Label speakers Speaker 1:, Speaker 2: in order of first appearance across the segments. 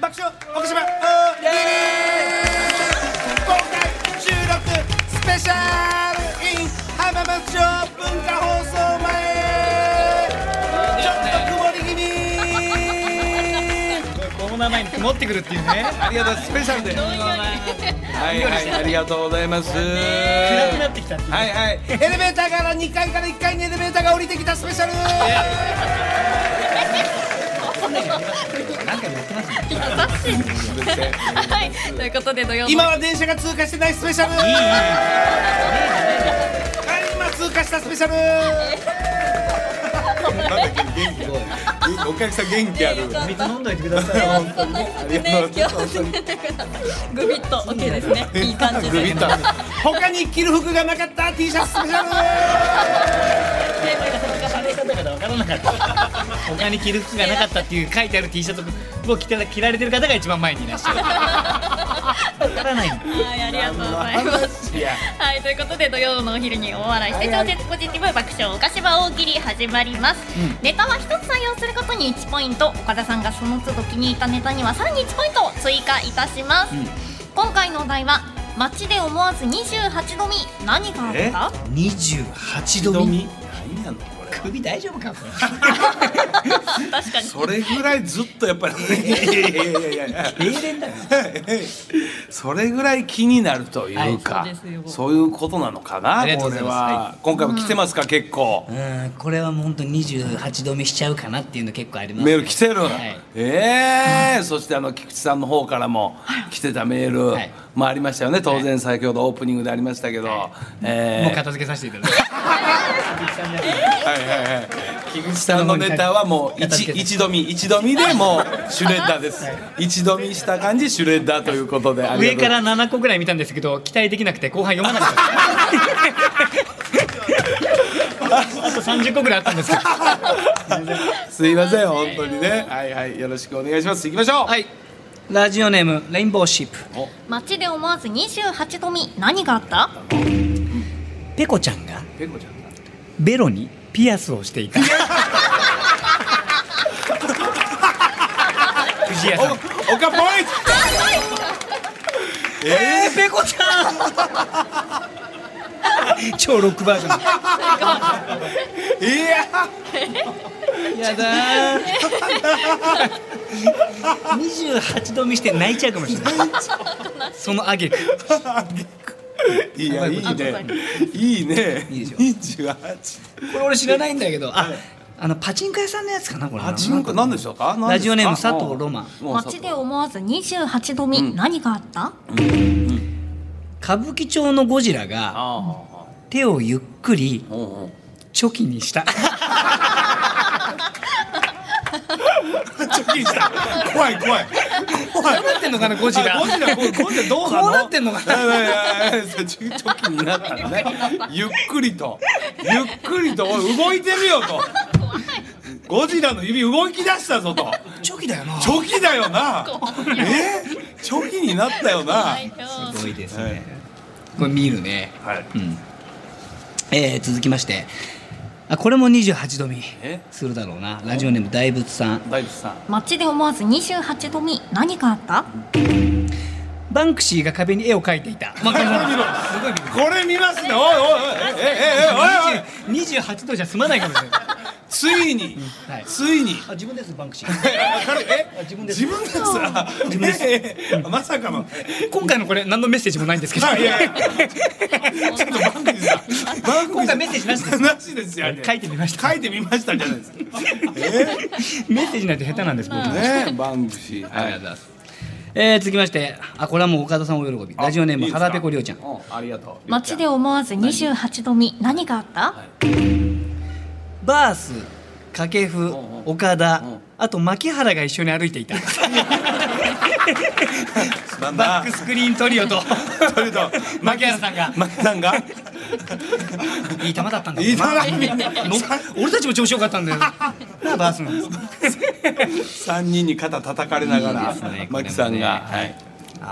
Speaker 1: 爆笑奥島おにぎり今回収録スペシャル in 浜松町文化放送前ちょっと曇り気味
Speaker 2: コーナー前に持ってくるっていうね。
Speaker 3: ありがとうございますスペシャルではいはいありがとうございます
Speaker 2: 暗くな
Speaker 3: は
Speaker 2: ってきたっていう。
Speaker 3: いはい
Speaker 1: エレベーターから2階から1階にエレベーターが降りてきたスペシャル
Speaker 4: はい、ということで土曜の
Speaker 1: 今は電車が通過してないスペシャルはい今通過したスペシャル
Speaker 3: なんだっけ元気お客さん元気ある
Speaker 2: 水飲んどいてください。
Speaker 4: そんなにね、気をつけてください。グビッと OK ですね。いい感じ
Speaker 3: グ
Speaker 4: で。
Speaker 3: ビッと
Speaker 1: 他に着る服がなかった T シャツスペシャ
Speaker 2: 喋
Speaker 1: ル
Speaker 2: り方がわからなかった。他に着る服がなかったっていう書いてある T シャツを着てら着られてる方が一番前にいらっしゃる。わからないんだ。
Speaker 4: はい、ありがとうございます。はい、ということで土曜のお昼に大笑いして超絶ポジティブ爆笑おかしば大喜利始まります、ネタは一つ採用することに1ポイント岡田さんがその都度気に入ったネタにはさらに1ポイントを追加いたします、今回のお題は街で思わず28度見何があった
Speaker 2: 二十八度見。
Speaker 3: 何なのこれ
Speaker 2: 首大丈夫かこ
Speaker 4: 確かに
Speaker 3: それぐらいずっとやっぱりいやいやいやいやいや
Speaker 2: れ。冷電だよ。
Speaker 3: それぐらい気になるというか、
Speaker 4: はいそうですよ
Speaker 3: そういうことなのかな
Speaker 2: あ
Speaker 3: こ
Speaker 2: り
Speaker 3: れ
Speaker 2: がとうございます
Speaker 3: は今回も来てますか、結構
Speaker 5: うんこれはもう本当に28度目しちゃうかなっていうの結構ありますね
Speaker 3: メール来てる、
Speaker 5: はい
Speaker 3: ええそしてあの菊池さんの方からも来てたメール、
Speaker 5: はい
Speaker 3: まあありましたよね当然先ほどオープニングでありましたけど、
Speaker 2: もう
Speaker 3: え
Speaker 2: 片付けさせていただ きます。
Speaker 3: ーはいはいはい菊池さんのネタはもう
Speaker 2: 片
Speaker 3: 一
Speaker 2: 付け
Speaker 3: 一度見一度見でもうシュレッダーです、一度見した感じシュレッダーということでありがと
Speaker 2: 上
Speaker 3: うご
Speaker 2: か
Speaker 3: ざいま
Speaker 2: ら七個ぐらい見たんですけど期待できなくて後半読まなかった。あ と三十個ぐらいあったんですけど。
Speaker 3: すすいません本当にねはいはいよろしくお願いします行きましょう、
Speaker 2: はい。
Speaker 5: ラジオネームレインボーシップ
Speaker 4: 街で思わず28度見何があった
Speaker 5: ペコちゃんが
Speaker 3: ペコちゃん
Speaker 5: ベロに
Speaker 2: ピアスをしてい た。藤谷さん。
Speaker 3: お岡ポイント
Speaker 5: えー、ペコちゃん超ロックバージョ
Speaker 3: いや
Speaker 5: ンやだー28度見して泣いちゃうかもしれないそのあげく
Speaker 3: いやいいねいいね
Speaker 5: いいでしょ
Speaker 3: 28
Speaker 5: これ俺知らないんだけどああのパチンコ屋さんのやつかなこれ
Speaker 3: あチンコ何でしょうか何ですか
Speaker 5: ラジオネーム佐藤ロマン
Speaker 3: もう佐
Speaker 4: 街
Speaker 3: 藤
Speaker 4: で思わず28度見、何があった
Speaker 5: 歌舞伎町のゴジラが
Speaker 3: あ
Speaker 5: 手をゆっくり
Speaker 3: あうんうん
Speaker 5: チョキにした
Speaker 3: ちょっきりした怖い怖い怖い
Speaker 2: なってんのかなゴジラ。
Speaker 3: ゴジラゴジラゴジラどうなの
Speaker 5: こうなってんのかない
Speaker 3: やいやいやちょちょっきりになったのねゆっくりとゆっくりとおい動いてみようとゴジラの指動き出したぞと
Speaker 5: チョキだよな
Speaker 3: チョキだよなえチョキになったよな
Speaker 5: すごいです
Speaker 3: はい
Speaker 5: ね。これ見るね。
Speaker 3: はい
Speaker 5: うん。えー、続きまして。あ、これも28度見
Speaker 3: え
Speaker 5: するだろうな。ラジオネーム大仏さん。
Speaker 3: 大仏さん
Speaker 4: 街で思わず28度見何があった
Speaker 5: バンクシーが壁に絵を描いていた。まあ、これも
Speaker 3: 見ろ
Speaker 5: すごい見る。
Speaker 3: これ見ますねおいおいおいえええおいおい
Speaker 5: 28度じゃ済まないかもしれない。
Speaker 3: ついに、
Speaker 5: はい
Speaker 3: ついに
Speaker 5: あ、自分です、バンクシー。
Speaker 3: え
Speaker 5: 自分です
Speaker 3: 自分ですあええまさかの
Speaker 2: 今回のこれ何のメッセージもないんですけど。
Speaker 3: あいやいやちょっとバンクジさんバンクジ
Speaker 5: 今
Speaker 3: さ
Speaker 5: 回
Speaker 3: ん
Speaker 5: メッセージなしです。
Speaker 3: なしですよね
Speaker 2: 書いてみました。
Speaker 3: 書いてみましたじゃないですか
Speaker 2: メッセージなんて下手なんです僕。
Speaker 3: ねバンクシー
Speaker 5: ありがとうございます。えー、続きまして、あ、これはもう岡田さんお喜び。ラジオネーム、腹ペコりょうちゃん。
Speaker 3: ありがとう
Speaker 4: 街で思わず28度見何があった、
Speaker 5: バース、掛布、岡田、あと牧原が一緒に歩いていた。
Speaker 3: なん
Speaker 2: バ
Speaker 3: だ
Speaker 2: ックスクリーントリ オと
Speaker 3: それと
Speaker 2: 槙原さんが
Speaker 3: マキさんが
Speaker 5: いい球だったんだもん
Speaker 3: いい
Speaker 5: な
Speaker 3: なみんな
Speaker 5: の俺たちも調子よかったんだ よ。なあバースなんです。
Speaker 3: 三人に肩叩かれなが
Speaker 5: いい
Speaker 3: ら
Speaker 5: ですね
Speaker 3: マキさん
Speaker 5: こ
Speaker 3: が
Speaker 5: れもね
Speaker 3: はい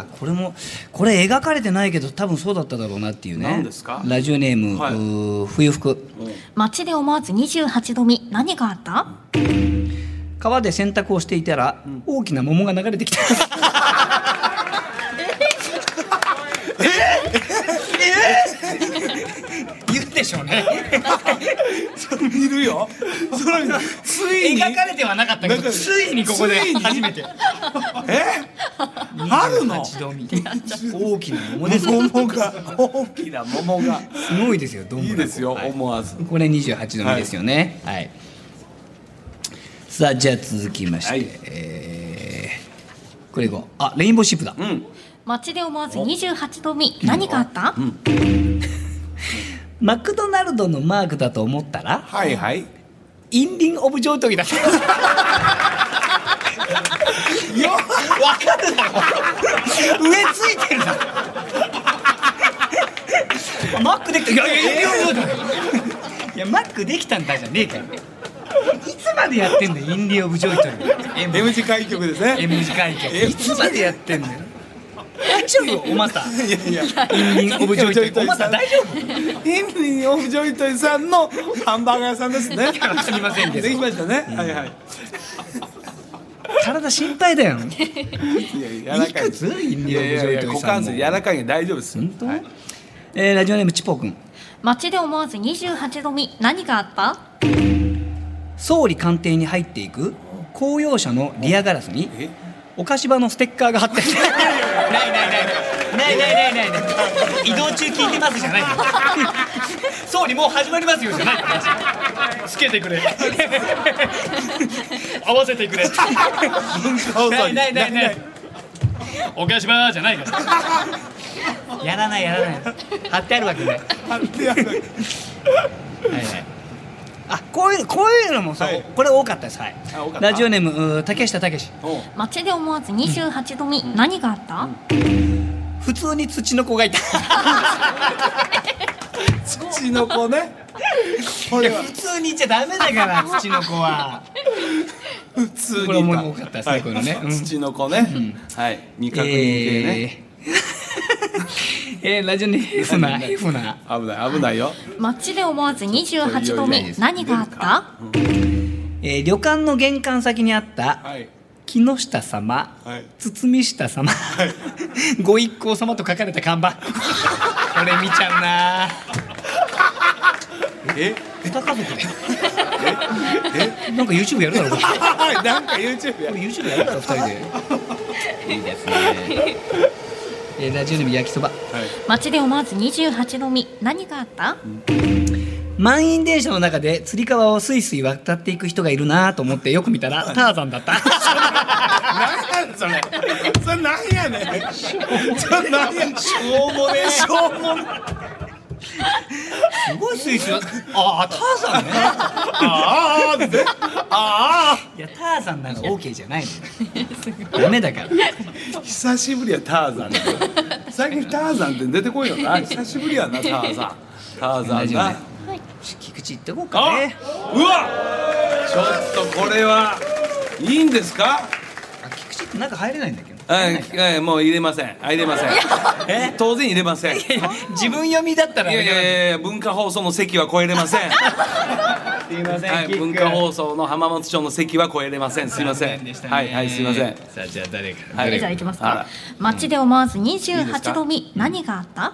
Speaker 5: あこれもこれ描かれてないけど多分そうだっただろうなっていうね。
Speaker 3: 何ですか
Speaker 5: ラジオネーム、
Speaker 3: はいう
Speaker 5: ー冬服
Speaker 4: 街で思わず28度見何があった
Speaker 5: 川で洗濯をしていたら、大きな桃が流れてきた言うでしょうね
Speaker 3: いるよそれついに
Speaker 2: 描かれてはなかったけ
Speaker 3: なんか
Speaker 2: どついにここで
Speaker 3: ついに
Speaker 2: 初めて
Speaker 3: え春の
Speaker 5: 28度みたいな大きな桃です
Speaker 3: 桃が大きな桃が
Speaker 5: すごいですよどんぶら
Speaker 3: い
Speaker 5: こ
Speaker 3: いですよ
Speaker 5: はい
Speaker 3: 思わず
Speaker 5: これ28度目ですよねはい、さあじゃあ続きまして、
Speaker 3: はい
Speaker 5: えーこれいこうあレインボーシップだ、
Speaker 3: うん
Speaker 4: 街で思わず28度見何かあった、
Speaker 5: マクドナルドのマークだと思ったら
Speaker 3: はいはい
Speaker 5: インリンオブジョートギだった
Speaker 3: よ
Speaker 5: 上ついてるなマックできたいやいやいやいやいやマックできたんだじゃねえからいつまでやってんだよインディオブジョイトに M,
Speaker 3: M 字開局ですね
Speaker 5: M 字開脚
Speaker 3: M
Speaker 5: いつまでやってんだよ大丈夫おまた
Speaker 3: いやいや
Speaker 5: インディオブジョイトにおまた大丈夫
Speaker 3: ヘンリー・オフ・ジョイトイさんのハンバーガー屋さ んですね。
Speaker 5: すみませんけど
Speaker 3: できましたね。はいはい。
Speaker 5: 体心配だよ
Speaker 3: いやいや
Speaker 5: いくつインデ
Speaker 3: いやい
Speaker 5: ィオブ
Speaker 3: やい
Speaker 5: ジョイ
Speaker 3: や
Speaker 5: ト
Speaker 3: 股
Speaker 5: さ
Speaker 3: 関
Speaker 5: んも
Speaker 3: 節柔らかいんで大丈夫ですよ。
Speaker 5: 本当、えーラジオネームチポくん
Speaker 4: 街で思わず28度見何かあった
Speaker 5: 総理官邸に入っていく公用車のリアガラスに
Speaker 3: え
Speaker 5: お菓子場のステッカーが貼ってある
Speaker 2: ないないないないないないないない移動中聞いてますじゃ ないよ総理もう始まりますよじゃないよつけてくれ合わせてく れ
Speaker 3: 文化放
Speaker 2: な
Speaker 3: 送
Speaker 2: い
Speaker 3: に。
Speaker 2: ないないないおかしばじゃないから やらないやらない貼ってあるわけないは
Speaker 3: 貼ってある
Speaker 2: いはい
Speaker 5: あこういうこういうのもさ、
Speaker 3: はい
Speaker 5: これ多かったですはい
Speaker 3: あ多かった
Speaker 5: ラジオネームうー竹下武史
Speaker 3: おう
Speaker 4: 街で思わず28度見何があった、
Speaker 5: 普通に土の子がいた
Speaker 3: 土の子ね。これは
Speaker 5: 普通にいちゃダメだから 土の子は
Speaker 3: 普通
Speaker 5: これ
Speaker 3: に
Speaker 5: も多かったですね
Speaker 3: はい
Speaker 5: こういうのねうん
Speaker 3: 土の子ね。はい。未確認系ね。
Speaker 5: えー えーラジオネームふなふな
Speaker 3: 危ない危ないよ。
Speaker 4: 街で思わず28度
Speaker 3: いい
Speaker 4: 目
Speaker 3: です
Speaker 4: 何があった
Speaker 5: えー旅館の玄関先にあった
Speaker 3: はい。
Speaker 5: 木下様、
Speaker 3: はい
Speaker 5: 堤下様、 ご一行様と書かれた看 板これ見ちゃうな
Speaker 3: え？
Speaker 5: 二家族でえ なんか YouTube やるだろう
Speaker 3: はい。なんか YouTube や。
Speaker 5: YouTube やる だろ二人でいいですねえーラジオネーム焼きそば
Speaker 3: はい。
Speaker 4: 街で思わず28度見何があった、
Speaker 5: 満員電車の中でつり革をスイスイ渡っていく人がいるなと思ってよく見たらターザンだ った
Speaker 3: なんやそれ。それなんやねん。それなんや。しょうもね。しょうもね。
Speaker 5: すごいスイスああターザンね
Speaker 3: あーあーって。ああ。
Speaker 5: いやターザンなの OK じゃないのよダメだから
Speaker 3: 久しぶりやターザンって最近ターザンって出てこいよな久しぶりやなターザンターザ
Speaker 5: 大
Speaker 3: ン
Speaker 5: 丈夫
Speaker 3: な
Speaker 5: ね
Speaker 4: はい、
Speaker 5: 菊池行ってこうか
Speaker 3: あ
Speaker 5: ね
Speaker 3: うわちょっとこれはいいんですか
Speaker 5: あ菊池って中入れないんだけど
Speaker 3: はいはいもう入れませんあ入れませんえ当然入れませんい
Speaker 5: 自分読みだったら
Speaker 3: やいやいや文化放送の席は超えれません
Speaker 5: すいません、
Speaker 3: はい
Speaker 5: キック
Speaker 3: 文化放送の浜松町の席は超えれませんすいませ
Speaker 5: 残念
Speaker 3: ん
Speaker 5: でしたね
Speaker 3: はいはいすいません
Speaker 2: さあじゃあ誰から
Speaker 3: は
Speaker 4: じゃあ行きます
Speaker 3: あ
Speaker 4: から街で思わず
Speaker 3: いですか
Speaker 4: 28度見何があった、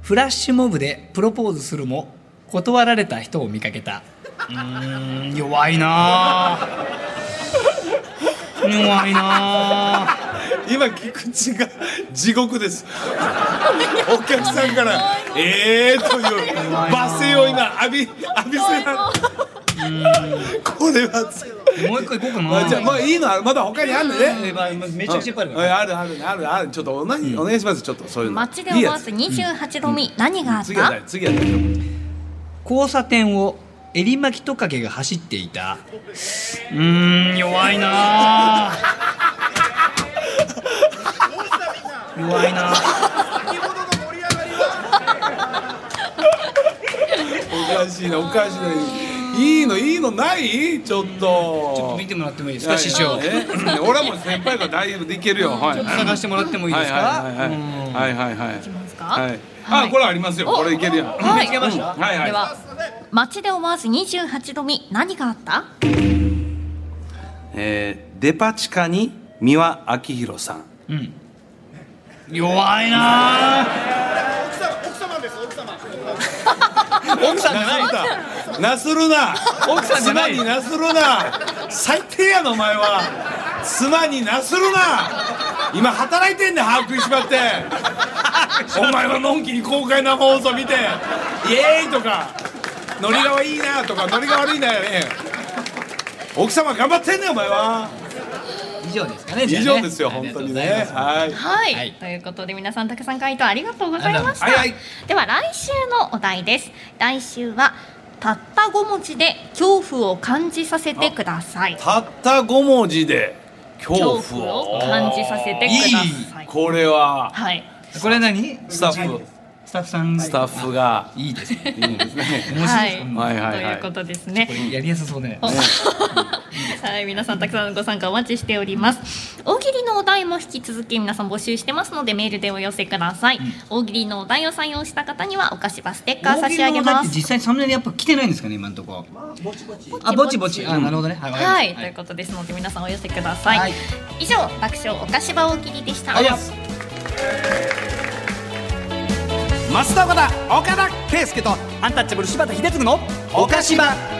Speaker 5: フラッシュモブでプロポーズするも断られた人を見かけたうーん弱いなあ弱いなあ
Speaker 3: 今菊池が地獄ですお客さんから「ええー」という罵声を今浴び浴びせられこれはつ
Speaker 5: もう一個行こうかな、
Speaker 3: あじゃあもういいのはまだ他にあるね
Speaker 5: めちゃくちゃいっぱいある
Speaker 3: うんあるあるあるあるちょっとおなお願いしますちょっとそういうの
Speaker 4: 街で
Speaker 3: いい
Speaker 4: 思
Speaker 3: や
Speaker 4: わ
Speaker 3: つ
Speaker 4: ず28度見何があった、
Speaker 3: 次は誰次は誰
Speaker 5: 交差点を襟巻きトカゲが走っていたうーん弱いなあ弱いなあ
Speaker 3: おかしいなおかしいないいのいいのないちょっと
Speaker 5: 見てもらってもいいです
Speaker 3: は
Speaker 5: か
Speaker 3: い
Speaker 5: 師匠
Speaker 3: え俺はもう先輩から大丈夫でいけるよはい
Speaker 5: 探してもらってもいいです
Speaker 3: は
Speaker 5: か
Speaker 3: いはいはいはいはいはい。
Speaker 4: ますか
Speaker 3: はい。
Speaker 4: は
Speaker 3: あ
Speaker 4: い
Speaker 3: これありますよ。
Speaker 4: お
Speaker 3: これいけるやん。
Speaker 4: はい見つけま
Speaker 5: した
Speaker 3: うんはいはい。
Speaker 4: では街で思わず28度見何があった
Speaker 5: う
Speaker 6: えーデパ地下に三輪明宏さん
Speaker 5: 弱いな
Speaker 2: 奥さんじゃない
Speaker 3: ななするな
Speaker 2: 奥さんじゃな
Speaker 3: 妻
Speaker 2: い
Speaker 3: になするな最低やなお前は妻になするな今働いてんねん把握しまってお前はのんきに公開生放送見てイエーイとかノリが悪いなとかノリが悪いなやね奥様頑張ってんねんお前は
Speaker 5: 以上ですかね
Speaker 3: 以
Speaker 5: じゃあね
Speaker 3: 上ですよ本当
Speaker 5: あ
Speaker 3: に
Speaker 5: りがとうござい
Speaker 3: ね
Speaker 5: ます
Speaker 3: はい
Speaker 4: はい、
Speaker 5: はい
Speaker 4: ということで皆さんたくさん回答ありがとうございました、
Speaker 3: ありがとうございま
Speaker 4: では来週のお題です来週はたった5文字で恐怖を感じさせてください
Speaker 6: たった5文字で恐
Speaker 4: 恐
Speaker 6: 怖を
Speaker 4: 怖を感じさせてください
Speaker 6: これは
Speaker 4: はい
Speaker 5: これ何
Speaker 6: スタッフ
Speaker 5: スタッフさん
Speaker 6: スタッフが
Speaker 5: いいですね
Speaker 6: いいんですね
Speaker 5: 面白いですね
Speaker 6: はいはいはい
Speaker 4: ということですね
Speaker 5: これやりやすそうね
Speaker 4: はい、皆さんたくさんのご参加お待ちしております。大喜利のお題も引き続き皆さん募集してますのでメールでお寄せください。大喜利のお題を採用した方にはお菓子バステッカー差し上げ
Speaker 5: 大喜利のお題
Speaker 4: ま
Speaker 5: って
Speaker 4: す。
Speaker 5: 実際サムネでやっぱ来てないんですかね今のとこあぼちぼちあなるほどねはいわかりま
Speaker 4: はい、
Speaker 5: した
Speaker 4: ということですので皆さんお寄せください。
Speaker 5: はい
Speaker 4: 以上爆笑お菓子場大喜利でした。
Speaker 1: 増田岡田岡田圭佑とアンタッチャブル柴田秀嗣のおかしば